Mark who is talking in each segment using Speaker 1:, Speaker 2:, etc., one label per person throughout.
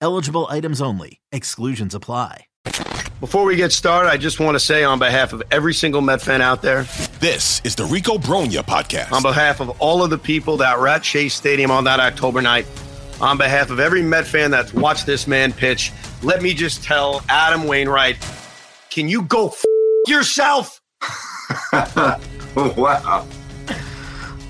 Speaker 1: Eligible items only. Exclusions apply.
Speaker 2: Before we get started, I just want to say on behalf of every single Met fan out there,
Speaker 3: This is the Rico Bronya podcast.
Speaker 2: on behalf of all of the people that were at Chase Stadium on that October night, on behalf of every Met fan that's watched this man pitch, let me just tell Adam Wainwright, can you go f- yourself?
Speaker 4: wow.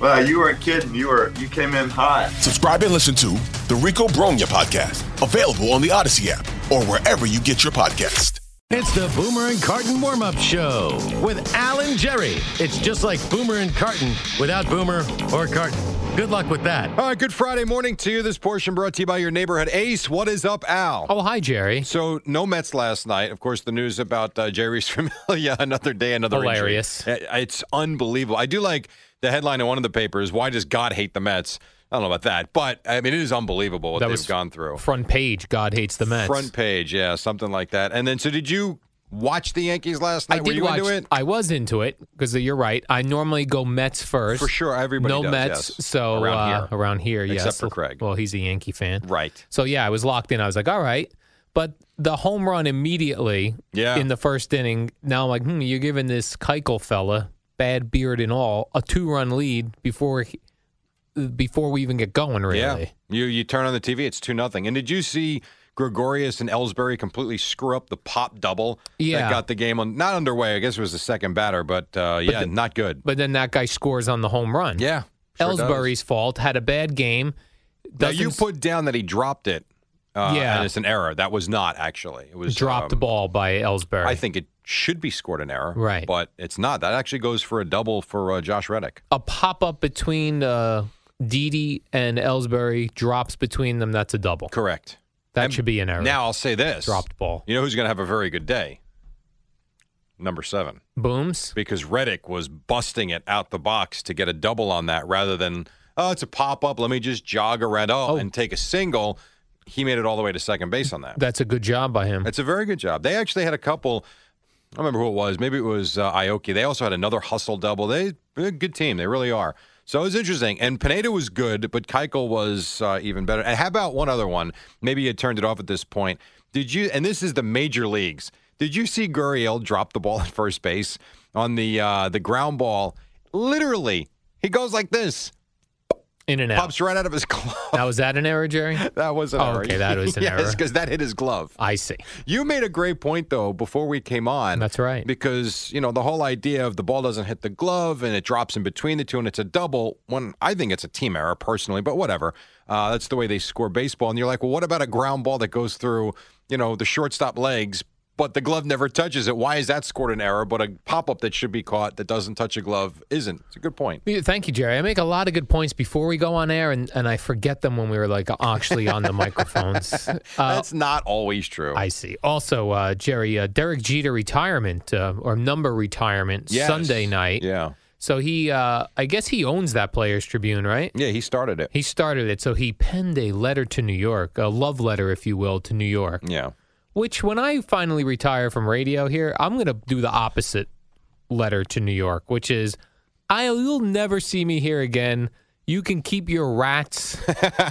Speaker 4: Wow, you weren't kidding. You were you came in hot.
Speaker 3: Subscribe and listen to the Rico Bronya podcast, available on the Odyssey app or wherever you get your podcast.
Speaker 5: It's the Boomer and Carton warm up show with Alan Jerry. It's just like Boomer and Carton without Boomer or Carton. Good luck with that.
Speaker 6: All right, good Friday morning to you. This portion brought to you by your neighborhood ace. What is up, Al?
Speaker 5: Oh, hi, Jerry.
Speaker 6: So, no Mets last night. Of course, the news about uh, Jerry's familia. Another day, another injury.
Speaker 5: Hilarious.
Speaker 6: Uh, It's unbelievable. I do like the headline in one of the papers. Why does God hate the Mets? I don't know about that, but I mean, it is unbelievable what
Speaker 7: That
Speaker 6: they've
Speaker 7: was
Speaker 6: gone through.
Speaker 7: Front page, God hates the Mets.
Speaker 6: Front page, yeah, something like that. And then, so did you watch the Yankees last night?
Speaker 7: I
Speaker 6: Were
Speaker 7: did
Speaker 6: you
Speaker 7: watch.
Speaker 6: into it?
Speaker 7: I was into it because you're right. I normally go Mets first.
Speaker 6: For sure, everybody
Speaker 7: no
Speaker 6: does,
Speaker 7: Mets.
Speaker 6: yes.
Speaker 7: So
Speaker 6: Around
Speaker 7: uh,
Speaker 6: here.
Speaker 7: around here, yes.
Speaker 6: Except for Craig.
Speaker 7: Well, he's a Yankee fan.
Speaker 6: right.
Speaker 7: So yeah, I was locked in. I was like, all right. But the home run immediately
Speaker 6: Yeah.
Speaker 7: in the first inning. Now I'm like, hmm, you're giving this Keuchel fella, bad beard and all, a two run lead before he, before we even get going. Really,
Speaker 6: Yeah. You you turn on the TV, it's two nothing. And did you see Gregorius and Ellsbury completely screw up the pop double that
Speaker 7: Yeah.
Speaker 6: got the game on not underway. I guess it was the second batter, but uh, yeah, not good.
Speaker 7: But then that guy scores on the home run.
Speaker 6: Yeah. sure does.
Speaker 7: Ellsbury's fault. Had a bad game.
Speaker 6: Now you
Speaker 7: Doesn't-
Speaker 6: put down that he dropped it. Uh,
Speaker 7: Yeah.
Speaker 6: and it's an error. That was not actually. It was
Speaker 7: dropped
Speaker 6: um,
Speaker 7: ball by Ellsbury.
Speaker 6: I think it should be scored an error,
Speaker 7: Right.
Speaker 6: But it's not. That actually goes for a double for uh, Josh Reddick.
Speaker 7: a pop up between uh, Didi and Ellsbury drops between them. That's a double.
Speaker 6: Correct.
Speaker 7: That
Speaker 6: And
Speaker 7: should be an error.
Speaker 6: Now I'll say this:
Speaker 7: dropped ball.
Speaker 6: You know who's going to have a very good day? Number seven.
Speaker 7: Booms.
Speaker 6: because Reddick was busting it out the box to get a double on that rather than, oh, it's a pop up. Let me just jog around oh,
Speaker 7: Oh.
Speaker 6: and take a single. He made it all the way to second base on that.
Speaker 7: That's a good job by him.
Speaker 6: That's a very good job. They actually had a couple. I don't remember who it was. Maybe it was uh, Aoki. They also had another hustle double. They, they're a good team. They really are. So it was interesting. And Pineda was good, but Keuchel was uh, even better. And how about one other one? Maybe you turned it off at this point. Did you? And this is the major leagues. Did you see Gurriel drop the ball at first base on the uh, the ground ball? Literally, he goes like this,
Speaker 7: In and out.
Speaker 6: pops right out of his glove.
Speaker 7: Now, was that an error, Jerry?
Speaker 6: That was an
Speaker 7: Oh,
Speaker 6: error.
Speaker 7: okay, that was an
Speaker 6: yes,
Speaker 7: error.
Speaker 6: because that hit his glove.
Speaker 7: I see.
Speaker 6: You made a great point though before we came on.
Speaker 7: That's right.
Speaker 6: Because, you know, the whole idea of the ball doesn't hit the glove and it drops in between the two and it's a double, when I think it's a team error personally, but whatever. Uh, that's the way they score baseball. And you're like, well, what about a ground ball that goes through, you know, the shortstop legs, but the glove never touches it? Why is that scored an error, but a pop up that should be caught that doesn't touch a glove isn't? It's a good point.
Speaker 7: Yeah, Thank you, Jerry. I make a lot of good points before we go on air, and, and I forget them when we were like actually on the microphones. Uh,
Speaker 6: that's not always true.
Speaker 7: I see. Also, uh, Jerry, uh, Derek Jeter retirement uh, or number retirement
Speaker 6: Yes.
Speaker 7: Sunday night.
Speaker 6: Yeah.
Speaker 7: So he, uh, I guess he owns that Players Tribune, right?
Speaker 6: Yeah, he started it.
Speaker 7: He started it, so he penned a letter to New York, a love letter, if you will, to New York.
Speaker 6: Yeah.
Speaker 7: Which, when I finally retire from radio here, I'm going to do the opposite letter to New York, which is, I you'll never see me here again. You can keep your rats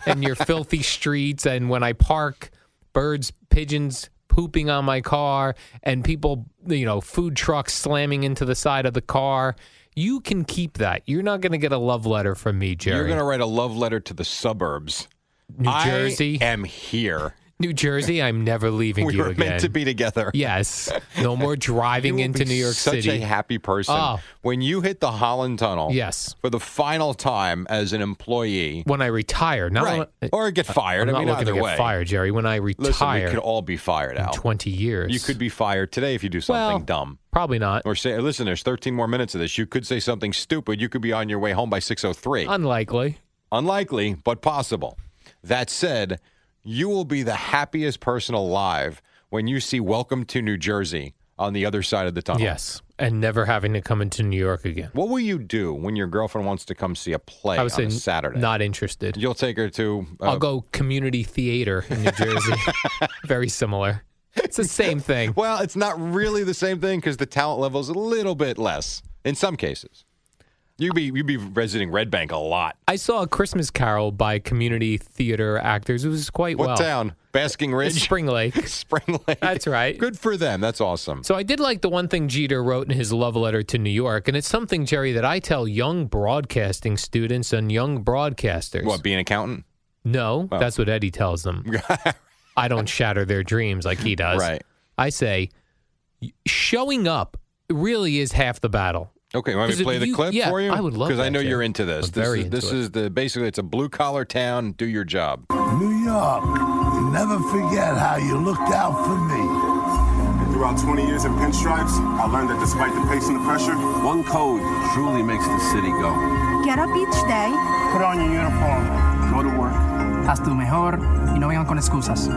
Speaker 7: and your filthy streets, and when I park, birds, pigeons pooping on my car, and people, you know, food trucks slamming into the side of the car. You can keep that. You're not going to get a love letter from me, Jerry.
Speaker 6: You're going to write a love letter to the suburbs.
Speaker 7: New Jersey.
Speaker 6: I am here.
Speaker 7: New Jersey, I'm never leaving
Speaker 6: we
Speaker 7: you
Speaker 6: were
Speaker 7: again.
Speaker 6: meant to be together.
Speaker 7: Yes. No more
Speaker 6: You
Speaker 7: driving
Speaker 6: will
Speaker 7: into
Speaker 6: be
Speaker 7: New York
Speaker 6: such a
Speaker 7: City.
Speaker 6: happy person
Speaker 7: Oh.
Speaker 6: when you hit the Holland Tunnel.
Speaker 7: yes.
Speaker 6: for the final time as an employee,
Speaker 7: When I retire, not
Speaker 6: right?
Speaker 7: when-
Speaker 6: Or get fired.
Speaker 7: I'm
Speaker 6: I
Speaker 7: not
Speaker 6: mean,
Speaker 7: looking
Speaker 6: either
Speaker 7: to get
Speaker 6: way.
Speaker 7: fired, Jerry. When I
Speaker 6: Listen, we
Speaker 7: retire
Speaker 6: could all be fired
Speaker 7: in
Speaker 6: out.
Speaker 7: 20 years,
Speaker 6: You could be fired today if you do something
Speaker 7: Well-
Speaker 6: dumb.
Speaker 7: probably not.
Speaker 6: Or say, listen, there's 13 more minutes of this. You could say something stupid. You could be on your way home by 6:03.
Speaker 7: Unlikely.
Speaker 6: Unlikely, but possible. That said, you will be the happiest person alive when you see "Welcome to New Jersey" on the other side of the tunnel.
Speaker 7: Yes. And never having to come into New York again.
Speaker 6: What will you do when your girlfriend wants to come see a play
Speaker 7: I would
Speaker 6: on
Speaker 7: say
Speaker 6: a Saturday?
Speaker 7: not interested.
Speaker 6: You'll take her to. Uh,
Speaker 7: I'll go community theater in New Jersey. Very similar. It's the same thing.
Speaker 6: Well, it's not really the same thing because the talent level is a little bit less in some cases. You'd be you'd be visiting Red Bank a lot.
Speaker 7: I saw a Christmas Carol by community theater actors. It was quite
Speaker 6: What
Speaker 7: well.
Speaker 6: town? Basking
Speaker 7: It's
Speaker 6: Ridge,
Speaker 7: Spring Lake.
Speaker 6: Spring Lake.
Speaker 7: That's right.
Speaker 6: Good for them. That's awesome.
Speaker 7: So I did like the one thing Jeter wrote in his love letter to New York, and it's something, Jerry, that I tell young broadcasting students and young broadcasters.
Speaker 6: What? Be Oh. an accountant?
Speaker 7: No, that's what Eddie tells them. I don't shatter their dreams like he does.
Speaker 6: Right.
Speaker 7: I say, y- showing up really is half the battle.
Speaker 6: Okay, want me
Speaker 7: 'Cause
Speaker 6: to
Speaker 7: if
Speaker 6: play the
Speaker 7: you-
Speaker 6: clip
Speaker 7: yeah,
Speaker 6: for you?
Speaker 7: I would love
Speaker 6: because I
Speaker 7: that,
Speaker 6: know
Speaker 7: Jay.
Speaker 6: you're into this.
Speaker 7: I'm
Speaker 6: this
Speaker 7: very
Speaker 6: is,
Speaker 7: into
Speaker 6: this
Speaker 7: it.
Speaker 6: is the basically it's a blue collar town. Do your job.
Speaker 8: New York, never forget how you looked out for me.
Speaker 9: Throughout 20 years in pinstripes, I learned that despite the pace and the pressure, one code truly makes the city go.
Speaker 10: Get up each day
Speaker 9: Put on your uniform, go to work.
Speaker 11: Haz tu mejor y no vengan con excusas.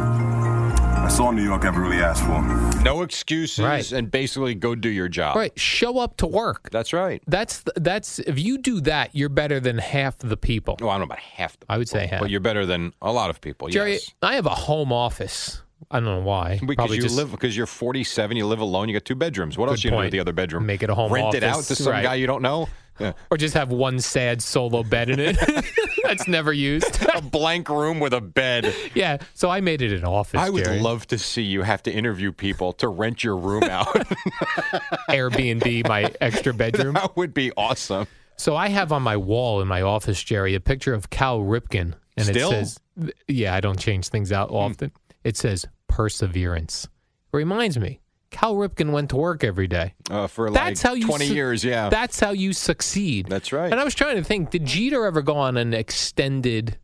Speaker 9: That's all New York ever really asked for.
Speaker 6: No excuses
Speaker 7: Right.
Speaker 6: and basically go do your job.
Speaker 7: All right, show up to work.
Speaker 6: That's right.
Speaker 7: That's th- that's if you do that, you're better than half the people.
Speaker 6: Well, I don't know about half the
Speaker 7: I would say
Speaker 6: people,
Speaker 7: half.
Speaker 6: But you're better than a lot of people.
Speaker 7: Jerry,
Speaker 6: yes.
Speaker 7: I have a home office. I don't know why.
Speaker 6: Because
Speaker 7: Probably
Speaker 6: you
Speaker 7: just-
Speaker 6: live because you're 47, you live alone, you got two bedrooms. What
Speaker 7: Good
Speaker 6: else you gonna do with
Speaker 7: point.
Speaker 6: the other bedroom?
Speaker 7: Make it a home
Speaker 6: Rent it out
Speaker 7: office,
Speaker 6: to some
Speaker 7: right.
Speaker 6: guy you don't know. Yeah.
Speaker 7: or just have one sad solo bed in it that's never used.
Speaker 6: a blank room with a bed.
Speaker 7: yeah, so I made it an office.
Speaker 6: I would
Speaker 7: Jerry.
Speaker 6: love to see you have to interview people to rent your room out.
Speaker 7: Airbnb my extra bedroom.
Speaker 6: that would be awesome.
Speaker 7: So I have on my wall in my office, Jerry, a picture of Cal Ripken, and
Speaker 6: Still? Hmm.
Speaker 7: it says, "Yeah, I don't change things out often." It says perseverance. reminds me, Cal Ripken went to work every day.
Speaker 6: Uh, for
Speaker 7: That's
Speaker 6: like
Speaker 7: how you
Speaker 6: 20
Speaker 7: su-
Speaker 6: years, yeah.
Speaker 7: That's how you succeed.
Speaker 6: That's right.
Speaker 7: And I was trying to think, did Jeter ever go on an extended,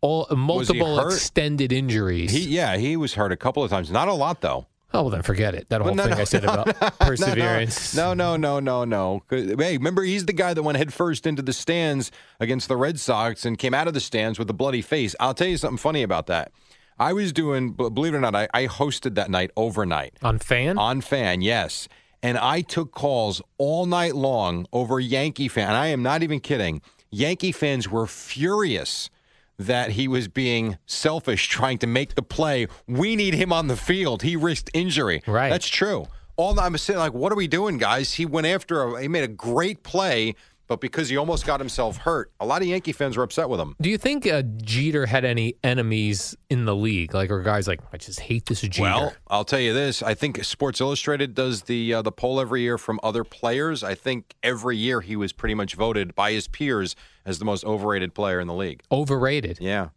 Speaker 7: all multiple
Speaker 6: hurt?
Speaker 7: extended injuries?
Speaker 6: he yeah, he was hurt a couple of times. Not a lot though.
Speaker 7: oh, well, then forget it. That whole
Speaker 6: no,
Speaker 7: thing
Speaker 6: no,
Speaker 7: I said about
Speaker 6: No, no,
Speaker 7: perseverance.
Speaker 6: No, no, no, no, no. 'Cause- Hey, remember he's the guy that went headfirst into the stands against the Red Sox and came out of the stands with a bloody face. I'll tell you something funny about that. I was doing, b- believe it or not, I, I hosted that night overnight
Speaker 7: On fan?
Speaker 6: on fan, yes. And I took calls all night long over Yankee fan. And I am not even kidding. Yankee fans were furious that he was being selfish trying to make the play. We need him on the field. He risked injury.
Speaker 7: Right.
Speaker 6: That's true. All I'm sitting like, what are we doing, guys? He went after a, he made a great play, but because he almost got himself hurt, a lot of Yankee fans were upset with him.
Speaker 7: Do you think uh, Jeter had any enemies in the league? Like, or guys like, I just hate this Jeter.
Speaker 6: Well, I'll tell you this. I think Sports Illustrated does the uh, the poll every year from other players. I think every year he was pretty much voted by his peers as the most overrated player in the league.
Speaker 7: Overrated.
Speaker 6: Yeah.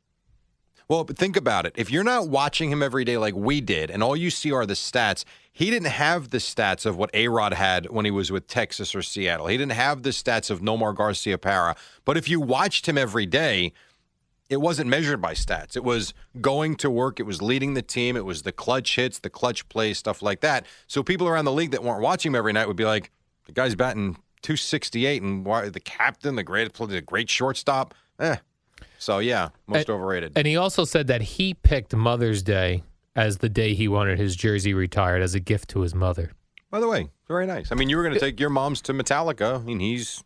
Speaker 6: Well, but think about it. If you're not watching him every day like we did, and all you see are the stats, he didn't have the stats of what A Rod had when he was with Texas or Seattle. He didn't have the stats of Nomar Garcia Para. But if you watched him every day, it wasn't measured by stats. It was going to work. It was leading the team. It was the clutch hits, the clutch plays, stuff like that. So people around the league that weren't watching him every night would be like, "The guy's batting 268, and why the captain, the great, the great shortstop." Eh. So yeah, most
Speaker 7: And-
Speaker 6: overrated.
Speaker 7: And he also said that he picked Mother's Day as the day he wanted his jersey retired as a gift to his mother.
Speaker 6: by the way, very nice. I mean, you were going to take your mom's to Metallica, and he's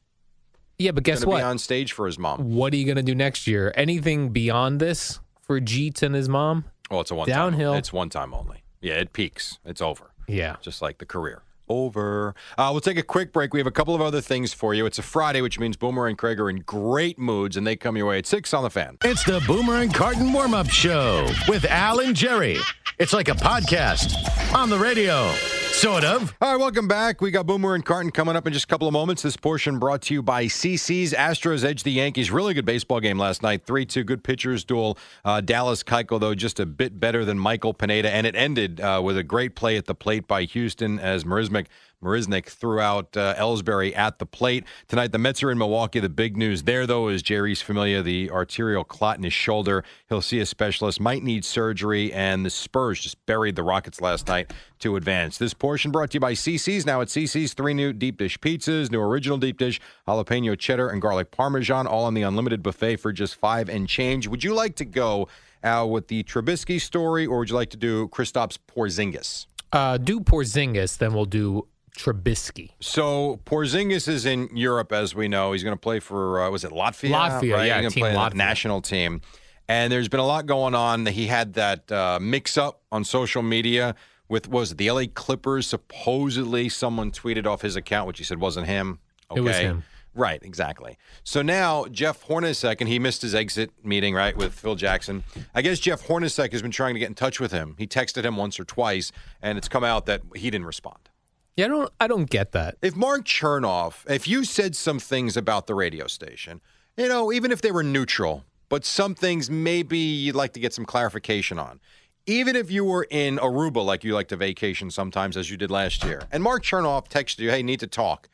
Speaker 7: Yeah, but
Speaker 6: going
Speaker 7: guess
Speaker 6: to
Speaker 7: what?
Speaker 6: be on stage for his mom.
Speaker 7: what are you going to do next year? Anything beyond this for Jeets and his mom?
Speaker 6: Oh, it's a one
Speaker 7: Downhill.
Speaker 6: It's one time only. Yeah, it peaks. It's over.
Speaker 7: Yeah.
Speaker 6: just like the career. Over. Uh, we'll take a quick break. We have a couple of other things for you. It's a Friday, which means Boomer and Craig are in great moods, and they come your way at six on the fan.
Speaker 5: It's the Boomer and Carton warm up show with Al and Jerry. It's like a podcast on the radio. Sort of.
Speaker 6: All right, welcome back. We got Boomer and Carton coming up in just a couple of moments. This portion brought to you by CC's. Astros edge the Yankees. Really good baseball game last night. 3 2, good pitchers duel. Uh, Dallas Keuchel, though, just a bit better than Michael Pineda. And it ended uh, with a great play at the plate by Houston as Marisnik, Marisnik threw out uh, Ellsbury at the plate. Tonight, the Mets are in Milwaukee. The big news there, though, is Jerry's Familia, the arterial clot in his shoulder. He'll see a specialist, might need surgery. And the Spurs just buried the Rockets last night to advance. This portion brought to you by CC's. Now at CC's, three new deep dish pizzas, new original deep dish, jalapeno cheddar, and garlic parmesan, all on the unlimited buffet for just five and change. Would you like to go uh, with the Trubisky story, or would you like to do Kristaps Porzingis?
Speaker 7: Uh, do Porzingis, then we'll do Trubisky.
Speaker 6: So Porzingis is in Europe, as we know. He's going to play for uh, was it Latvia?
Speaker 7: Latvia,
Speaker 6: right? He's
Speaker 7: yeah,
Speaker 6: gonna
Speaker 7: Team
Speaker 6: play in the
Speaker 7: Latvia.
Speaker 6: national team. And there's been a lot going on. He had that uh, mix-up on social media with what was it the LA Clippers? Supposedly, someone tweeted off his account, which he said wasn't him. Okay.
Speaker 7: It was him.
Speaker 6: Right, exactly. So now Jeff Hornacek, and he missed his exit meeting, right, with Phil Jackson. I guess Jeff Hornacek has been trying to get in touch with him. He texted him once or twice, and it's come out that he didn't respond.
Speaker 7: Yeah, I don't, I don't get that.
Speaker 6: If Mark Chernoff, if you said some things about the radio station, you know, even if they were neutral, but some things maybe you'd like to get some clarification on. Even if you were in Aruba, like you like to vacation sometimes, as you did last year, and Mark Chernoff texted you, hey, need to talk,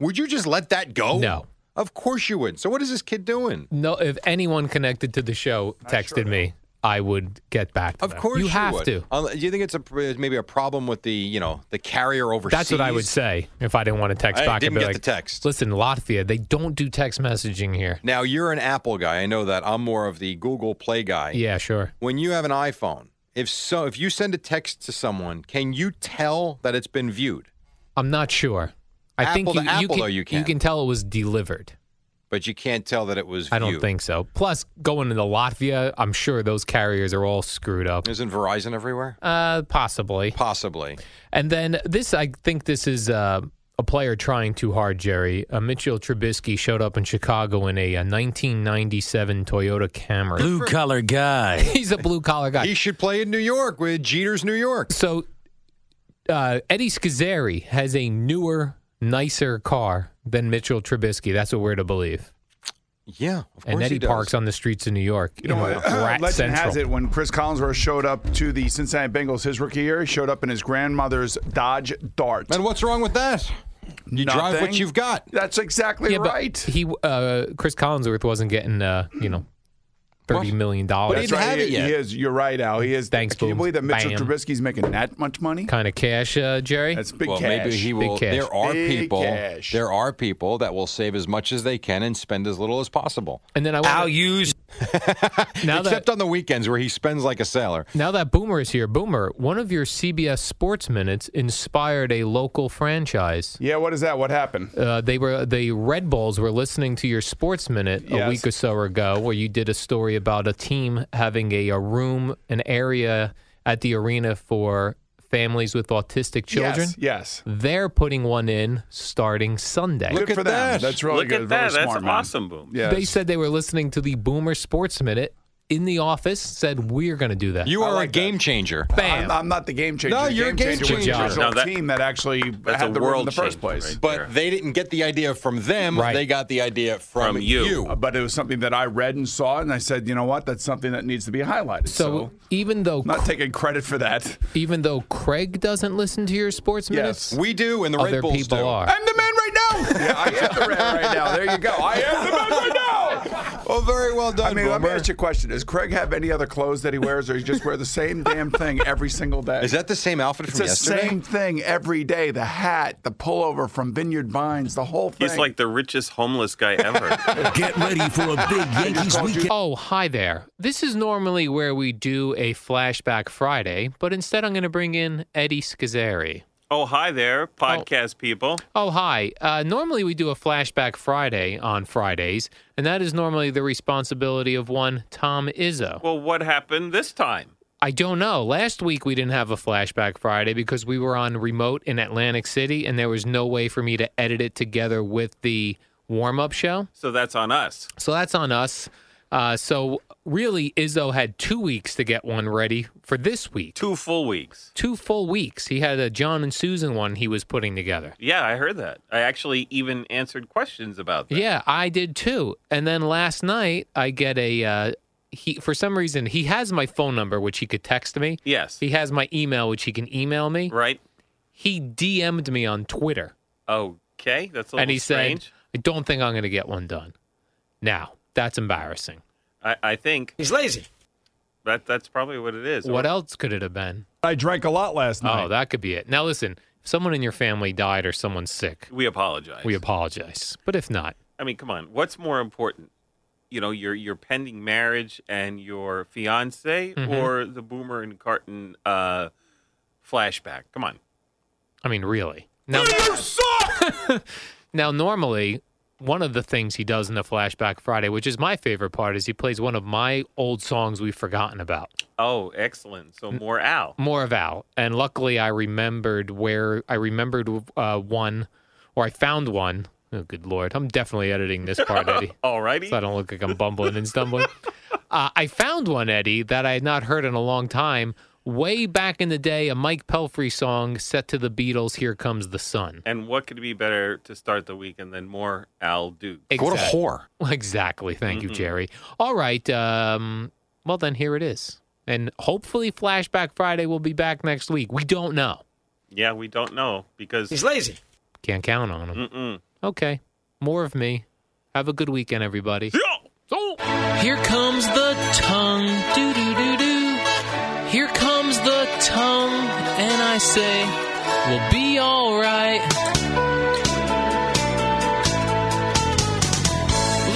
Speaker 6: would you just let that go?
Speaker 7: No.
Speaker 6: Of course you would. So what is this kid doing?
Speaker 7: No, if anyone connected to the show texted me, I would get back to
Speaker 6: Of
Speaker 7: them.
Speaker 6: course
Speaker 7: you,
Speaker 6: you
Speaker 7: have
Speaker 6: would.
Speaker 7: to.
Speaker 6: Unle- Do you think it's a pr- maybe a problem with the you know the carrier overseas?
Speaker 7: That's what I would say if I didn't want to text
Speaker 6: I
Speaker 7: back. I'd
Speaker 6: didn't
Speaker 7: be
Speaker 6: get
Speaker 7: like,
Speaker 6: the text.
Speaker 7: Listen, Latvia, they don't do text messaging here.
Speaker 6: Now you're an Apple guy. I know that. I'm more of the Google Play guy.
Speaker 7: Yeah, sure.
Speaker 6: when you have an iPhone, if so, if you send a text to someone, can you tell that it's been viewed?
Speaker 7: I'm not sure. I think
Speaker 6: Apple to
Speaker 7: you,
Speaker 6: Apple,
Speaker 7: you, can,
Speaker 6: though, you can.
Speaker 7: tell it was delivered.
Speaker 6: But you can't tell that it was. Viewed.
Speaker 7: I don't think so. Plus, going to Latvia, I'm sure those carriers are all screwed up.
Speaker 6: Isn't Verizon everywhere?
Speaker 7: Uh, possibly.
Speaker 6: Possibly.
Speaker 7: And then this, I think this is uh, a player trying too hard, Jerry. Uh, Mitchell Trubisky showed up in Chicago in a, uh 1997 Toyota Camry.
Speaker 10: Blue collar guy.
Speaker 7: He's a blue collar guy.
Speaker 6: He should play in New York with Jeter's New York.
Speaker 7: So uh, Eddie Scazzeri has a newer, nicer car than Mitchell Trubisky. That's what we're to believe.
Speaker 6: Yeah, of course.
Speaker 7: And Eddie parks on the streets of New York. You know, Rat
Speaker 12: legend
Speaker 7: Central.
Speaker 12: has it when Chris Collinsworth showed up to the Cincinnati Bengals his rookie year, he showed up in his grandmother's Dodge Dart.
Speaker 6: And what's wrong with that? You drive what
Speaker 12: Nothing.
Speaker 6: you've got.
Speaker 12: That's exactly
Speaker 7: Yeah, but
Speaker 12: right.
Speaker 7: He, uh, Chris Collinsworth wasn't getting, uh, you know, thirty
Speaker 6: What?
Speaker 7: million
Speaker 6: But
Speaker 7: dollars
Speaker 6: didn't have it
Speaker 12: he,
Speaker 6: yet.
Speaker 12: he is. You're right, Al. He is.
Speaker 7: Thanks,
Speaker 12: Can you
Speaker 7: Boom.
Speaker 12: believe that Mitchell
Speaker 7: Bam.
Speaker 12: Trubisky's making that much money?
Speaker 7: kind of cash, uh, Jerry.
Speaker 12: That's big
Speaker 6: well,
Speaker 12: cash.
Speaker 6: maybe he
Speaker 7: Big
Speaker 6: will.
Speaker 7: cash.
Speaker 6: There are
Speaker 12: Big
Speaker 6: people.
Speaker 12: cash.
Speaker 6: There are people that will save as much as they can and spend as little as possible.
Speaker 7: and then I
Speaker 10: Al
Speaker 7: want
Speaker 10: use
Speaker 7: now that
Speaker 6: Except on the weekends where he spends like a sailor.
Speaker 7: now that Boomer is here, Boomer, one of your CBS Sports minutes inspired a local franchise.
Speaker 12: yeah. What is that? What happened?
Speaker 7: Uh, they were the Red Bulls were listening to your Sports Minute a
Speaker 12: Yes.
Speaker 7: week or so ago, where you did a story about a team having a, a room, an area at the arena for families with autistic children.
Speaker 12: Yes. yes.
Speaker 7: They're putting one in starting Sunday.
Speaker 6: Look
Speaker 12: good for them.
Speaker 6: at that.
Speaker 12: That's really
Speaker 13: Look
Speaker 12: good.
Speaker 13: at
Speaker 12: Very
Speaker 13: that. That's
Speaker 12: smart, man.
Speaker 13: awesome, Boom.
Speaker 12: Yes.
Speaker 7: They said they were listening to the Boomer Sports Minute in the office. Said we're going to do that.
Speaker 6: You
Speaker 12: I
Speaker 6: are
Speaker 12: like
Speaker 6: a
Speaker 12: that.
Speaker 6: game changer.
Speaker 12: I'm,
Speaker 7: Bam.
Speaker 12: I'm not the game changer.
Speaker 6: No,
Speaker 12: The
Speaker 6: you're a game
Speaker 12: was the
Speaker 7: changer.
Speaker 12: original
Speaker 13: No, that-
Speaker 12: team that actually
Speaker 13: that's
Speaker 12: had
Speaker 13: a
Speaker 12: the room in
Speaker 13: world
Speaker 12: the first
Speaker 13: changer,
Speaker 12: place.
Speaker 13: right? there.
Speaker 6: But they didn't get the idea from them.
Speaker 7: Right.
Speaker 6: They got the idea from,
Speaker 13: From you.
Speaker 12: Uh, But it was something that I read and saw, and I said, you know what? That's something that needs to be highlighted.
Speaker 7: so,
Speaker 12: So,
Speaker 7: even though
Speaker 12: I'm not taking credit for that.
Speaker 7: even though Craig doesn't listen to your Sports Minutes,
Speaker 12: Yes.
Speaker 6: We do, and the Red
Speaker 7: other
Speaker 6: Bulls
Speaker 7: people
Speaker 6: do.
Speaker 7: are.
Speaker 12: I'm the man right now. yeah, I am the man right now. There you go. I am the man right now.
Speaker 6: Oh, very well done,
Speaker 12: I mean, let me
Speaker 6: Boomer.
Speaker 12: ask you a question. Does Craig have any other clothes that he wears, or he just wear the same damn thing every single day?
Speaker 6: Is that the same outfit
Speaker 12: It's
Speaker 6: from
Speaker 12: the
Speaker 6: yesterday?
Speaker 12: same thing every day. The hat, the pullover from Vineyard Vines, the whole thing.
Speaker 13: He's like the richest homeless guy ever.
Speaker 8: Get ready for a big Yankees weekend.
Speaker 7: Oh, hi there. This is normally where we do a flashback Friday, but instead I'm going to bring in Eddie Scazzeri.
Speaker 13: oh, hi there, podcast people.
Speaker 7: Oh, hi. Uh, normally we do a flashback Friday on Fridays, and that is normally the responsibility of one Tom Izzo.
Speaker 13: Well, what happened this time?
Speaker 7: I don't know. Last week we didn't have a flashback Friday because we were on remote in Atlantic City, and there was no way for me to edit it together with the warm up show.
Speaker 13: So that's on us.
Speaker 7: So that's on us. Uh, so really, Izzo had two weeks to get one ready for this week.
Speaker 13: Two full weeks.
Speaker 7: Two full weeks. He had a John and Susan one he was putting together.
Speaker 13: Yeah, I heard that. I actually even answered questions about that.
Speaker 7: Yeah, I did too. And then last night, I get a. Uh, he for some reason he has my phone number, which he could text me.
Speaker 13: Yes.
Speaker 7: He has my email, which he can email me.
Speaker 13: Right.
Speaker 7: He DM'd me on Twitter,
Speaker 13: Okay, that's a little
Speaker 7: and he
Speaker 13: strange.
Speaker 7: said, "I don't think I'm going to get one done." Now that's embarrassing.
Speaker 13: I, I think he's lazy. That that's probably what it is.
Speaker 7: What else could it have been?
Speaker 12: I drank a lot last night.
Speaker 7: Oh, that could be it. Now listen, if someone in your family died or someone's sick,
Speaker 13: We apologize.
Speaker 7: we apologize. But if not,
Speaker 13: I mean, come on. What's more important? You know, your your pending marriage and your fiance,
Speaker 6: Mm-hmm.
Speaker 7: Mhm.
Speaker 13: or the Boomer and Carton uh, flashback? Come on.
Speaker 7: I mean, really. Now, now, normally, one of the things he does in the Flashback Friday, which is my favorite part, is he plays one of my old songs we've forgotten about,
Speaker 13: Oh, excellent. So more Al.
Speaker 7: more of Al. And luckily, I remembered where I remembered uh, one, or I found one. Oh, good lord! I'm definitely editing this part, Eddie.
Speaker 13: Alrighty.
Speaker 7: so I don't look like I'm bumbling and stumbling. Uh, I found one, Eddie, that I had not heard in a long time. Way back in the day, a Mike Pelfrey song set to the Beatles, Here Comes the Sun.
Speaker 13: And what could be better to start the weekend than more Al Duke?
Speaker 7: Exact- Exactly. Thank you,
Speaker 13: Mhm.
Speaker 7: Jerry. All right. Um, well, then here it is. And hopefully, Flashback Friday will be back next week. We don't know.
Speaker 13: Yeah, we don't know because
Speaker 7: He's lazy. Can't count on him.
Speaker 13: Mm-mm.
Speaker 7: Okay. More of me. Have a good weekend, everybody.
Speaker 10: Here comes the tongue, do do do do. Here comes the tongue, and I say, we'll be alright.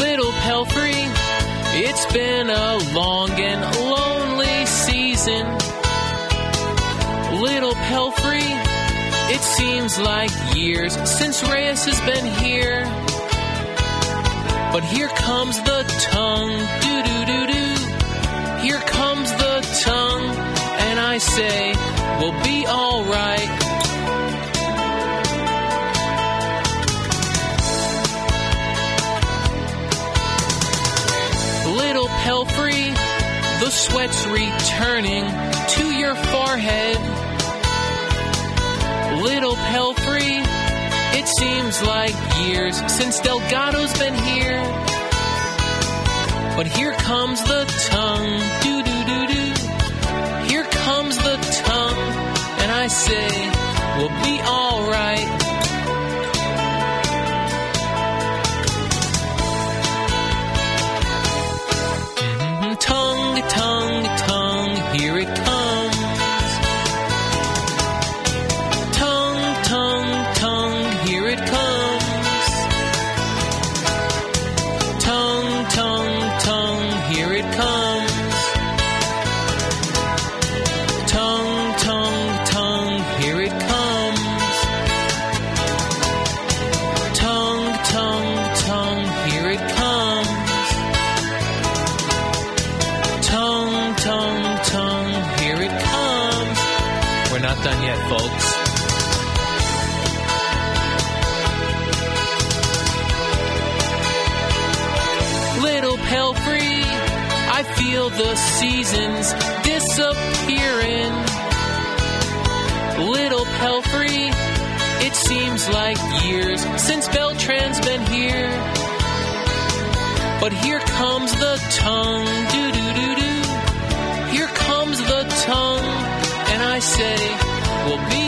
Speaker 10: Little Pelfrey, it's been a long and lonely season. Little Pelfrey, it seems like years since Reyes has been here. But here comes the tongue, do do do do. Here comes the tongue, and I say, we'll be alright. Little Pelfrey, the sweat's returning to your forehead. Little Pelfrey, it seems like years since Delgado's been here. But here comes the tongue, do do do do. Here comes the tongue, and I say, we'll be alright. Mm, Tongue, tongue, tongue, here it comes. Tongue, tongue, tongue, here it comes. Tongue, tongue, tongue, here it comes. Tongue, tongue, tongue, here it comes. Tongue, tongue, tongue, here it comes. Tongue, tongue, tongue, here it comes. We're not done yet, folks. Little Pelfrey, I feel the seasons disappearing. Little Pelfrey, it seems like years since Beltran's been here. But here comes the tongue, do do do do. Here comes the tongue, and I say, we'll be